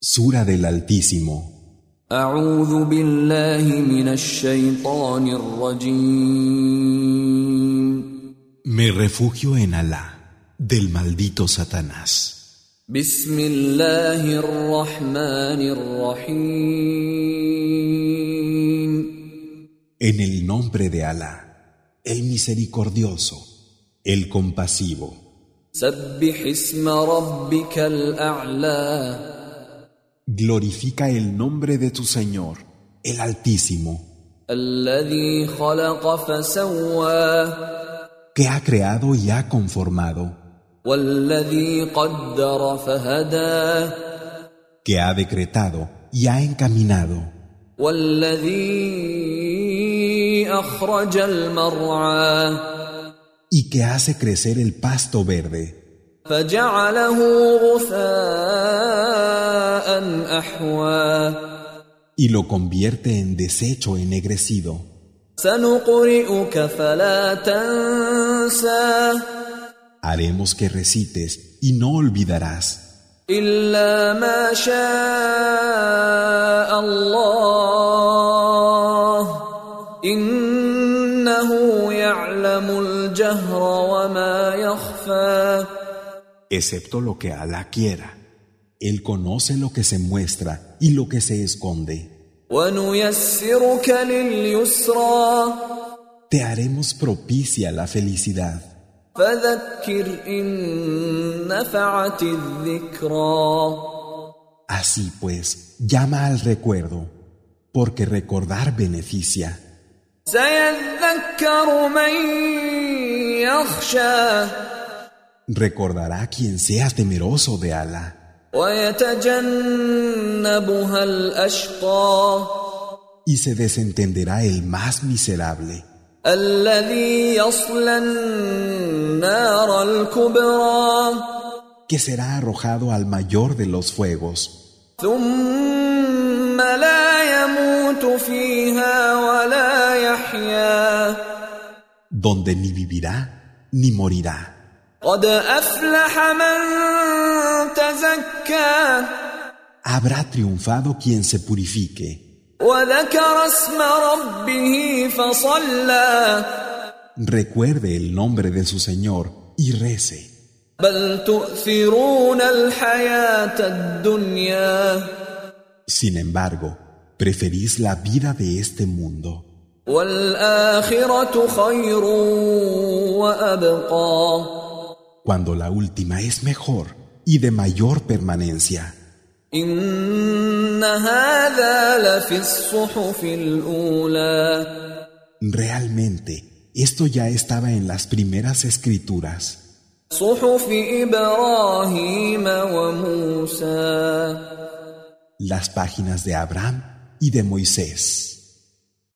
Sura del Altísimo. أعوذ بالله من الشيطان الرجيم Me refugio en Alá, del maldito Satanás. بسم الله الرحمن الرحيم En el nombre de Alá, el misericordioso, el compasivo. سبح اسم ربك الأعلى Glorifica el nombre de tu Señor, el Altísimo, الذي خلق فسوى que ha creado y ha conformado, والذي قدر فهدى que ha decretado y ha encaminado, والذي أخرج المرعى y que hace crecer el pasto verde, فجعله غثاء أحوى y lo convierte en desecho ennegrecido. سنقرئك فلا تنسى Haremos que recites y no olvidarás. إلا ما شاء الله إنه يعلم الجهر وما يخفى excepto lo que Alá quiera. Él conoce lo que se muestra y lo que se esconde. ونيسرك لليسرى Te haremos propicia la felicidad. فذكر إن نفعت الذكرى Así pues, llama al recuerdo, porque recordar beneficia. سيذكر من يخشى Recordará quien sea temeroso de Alá ويتجنبها الأشقى y se desentenderá el más miserable, الذي يصلى النار الكبرى que será arrojado al mayor de los fuegos, ثم لا يموت فيها ولا يحيا donde ni vivirá ni morirá. قد أفلح من تزكى Habrá triunfado quien se purifique. وذكر اسم ربه فصلى Recuerde el nombre de su Señor y rece, بل تؤثرون الحياة الدنيا sin embargo, preferís la vida de este mundo, والآخرة خير وأبقى cuando la última es mejor y de mayor permanencia. إن هذا لفي الصحف الأولى Realmente, esto ya estaba en las primeras escrituras, صحف إبراهيم وموسى las páginas de Abraham y de Moisés.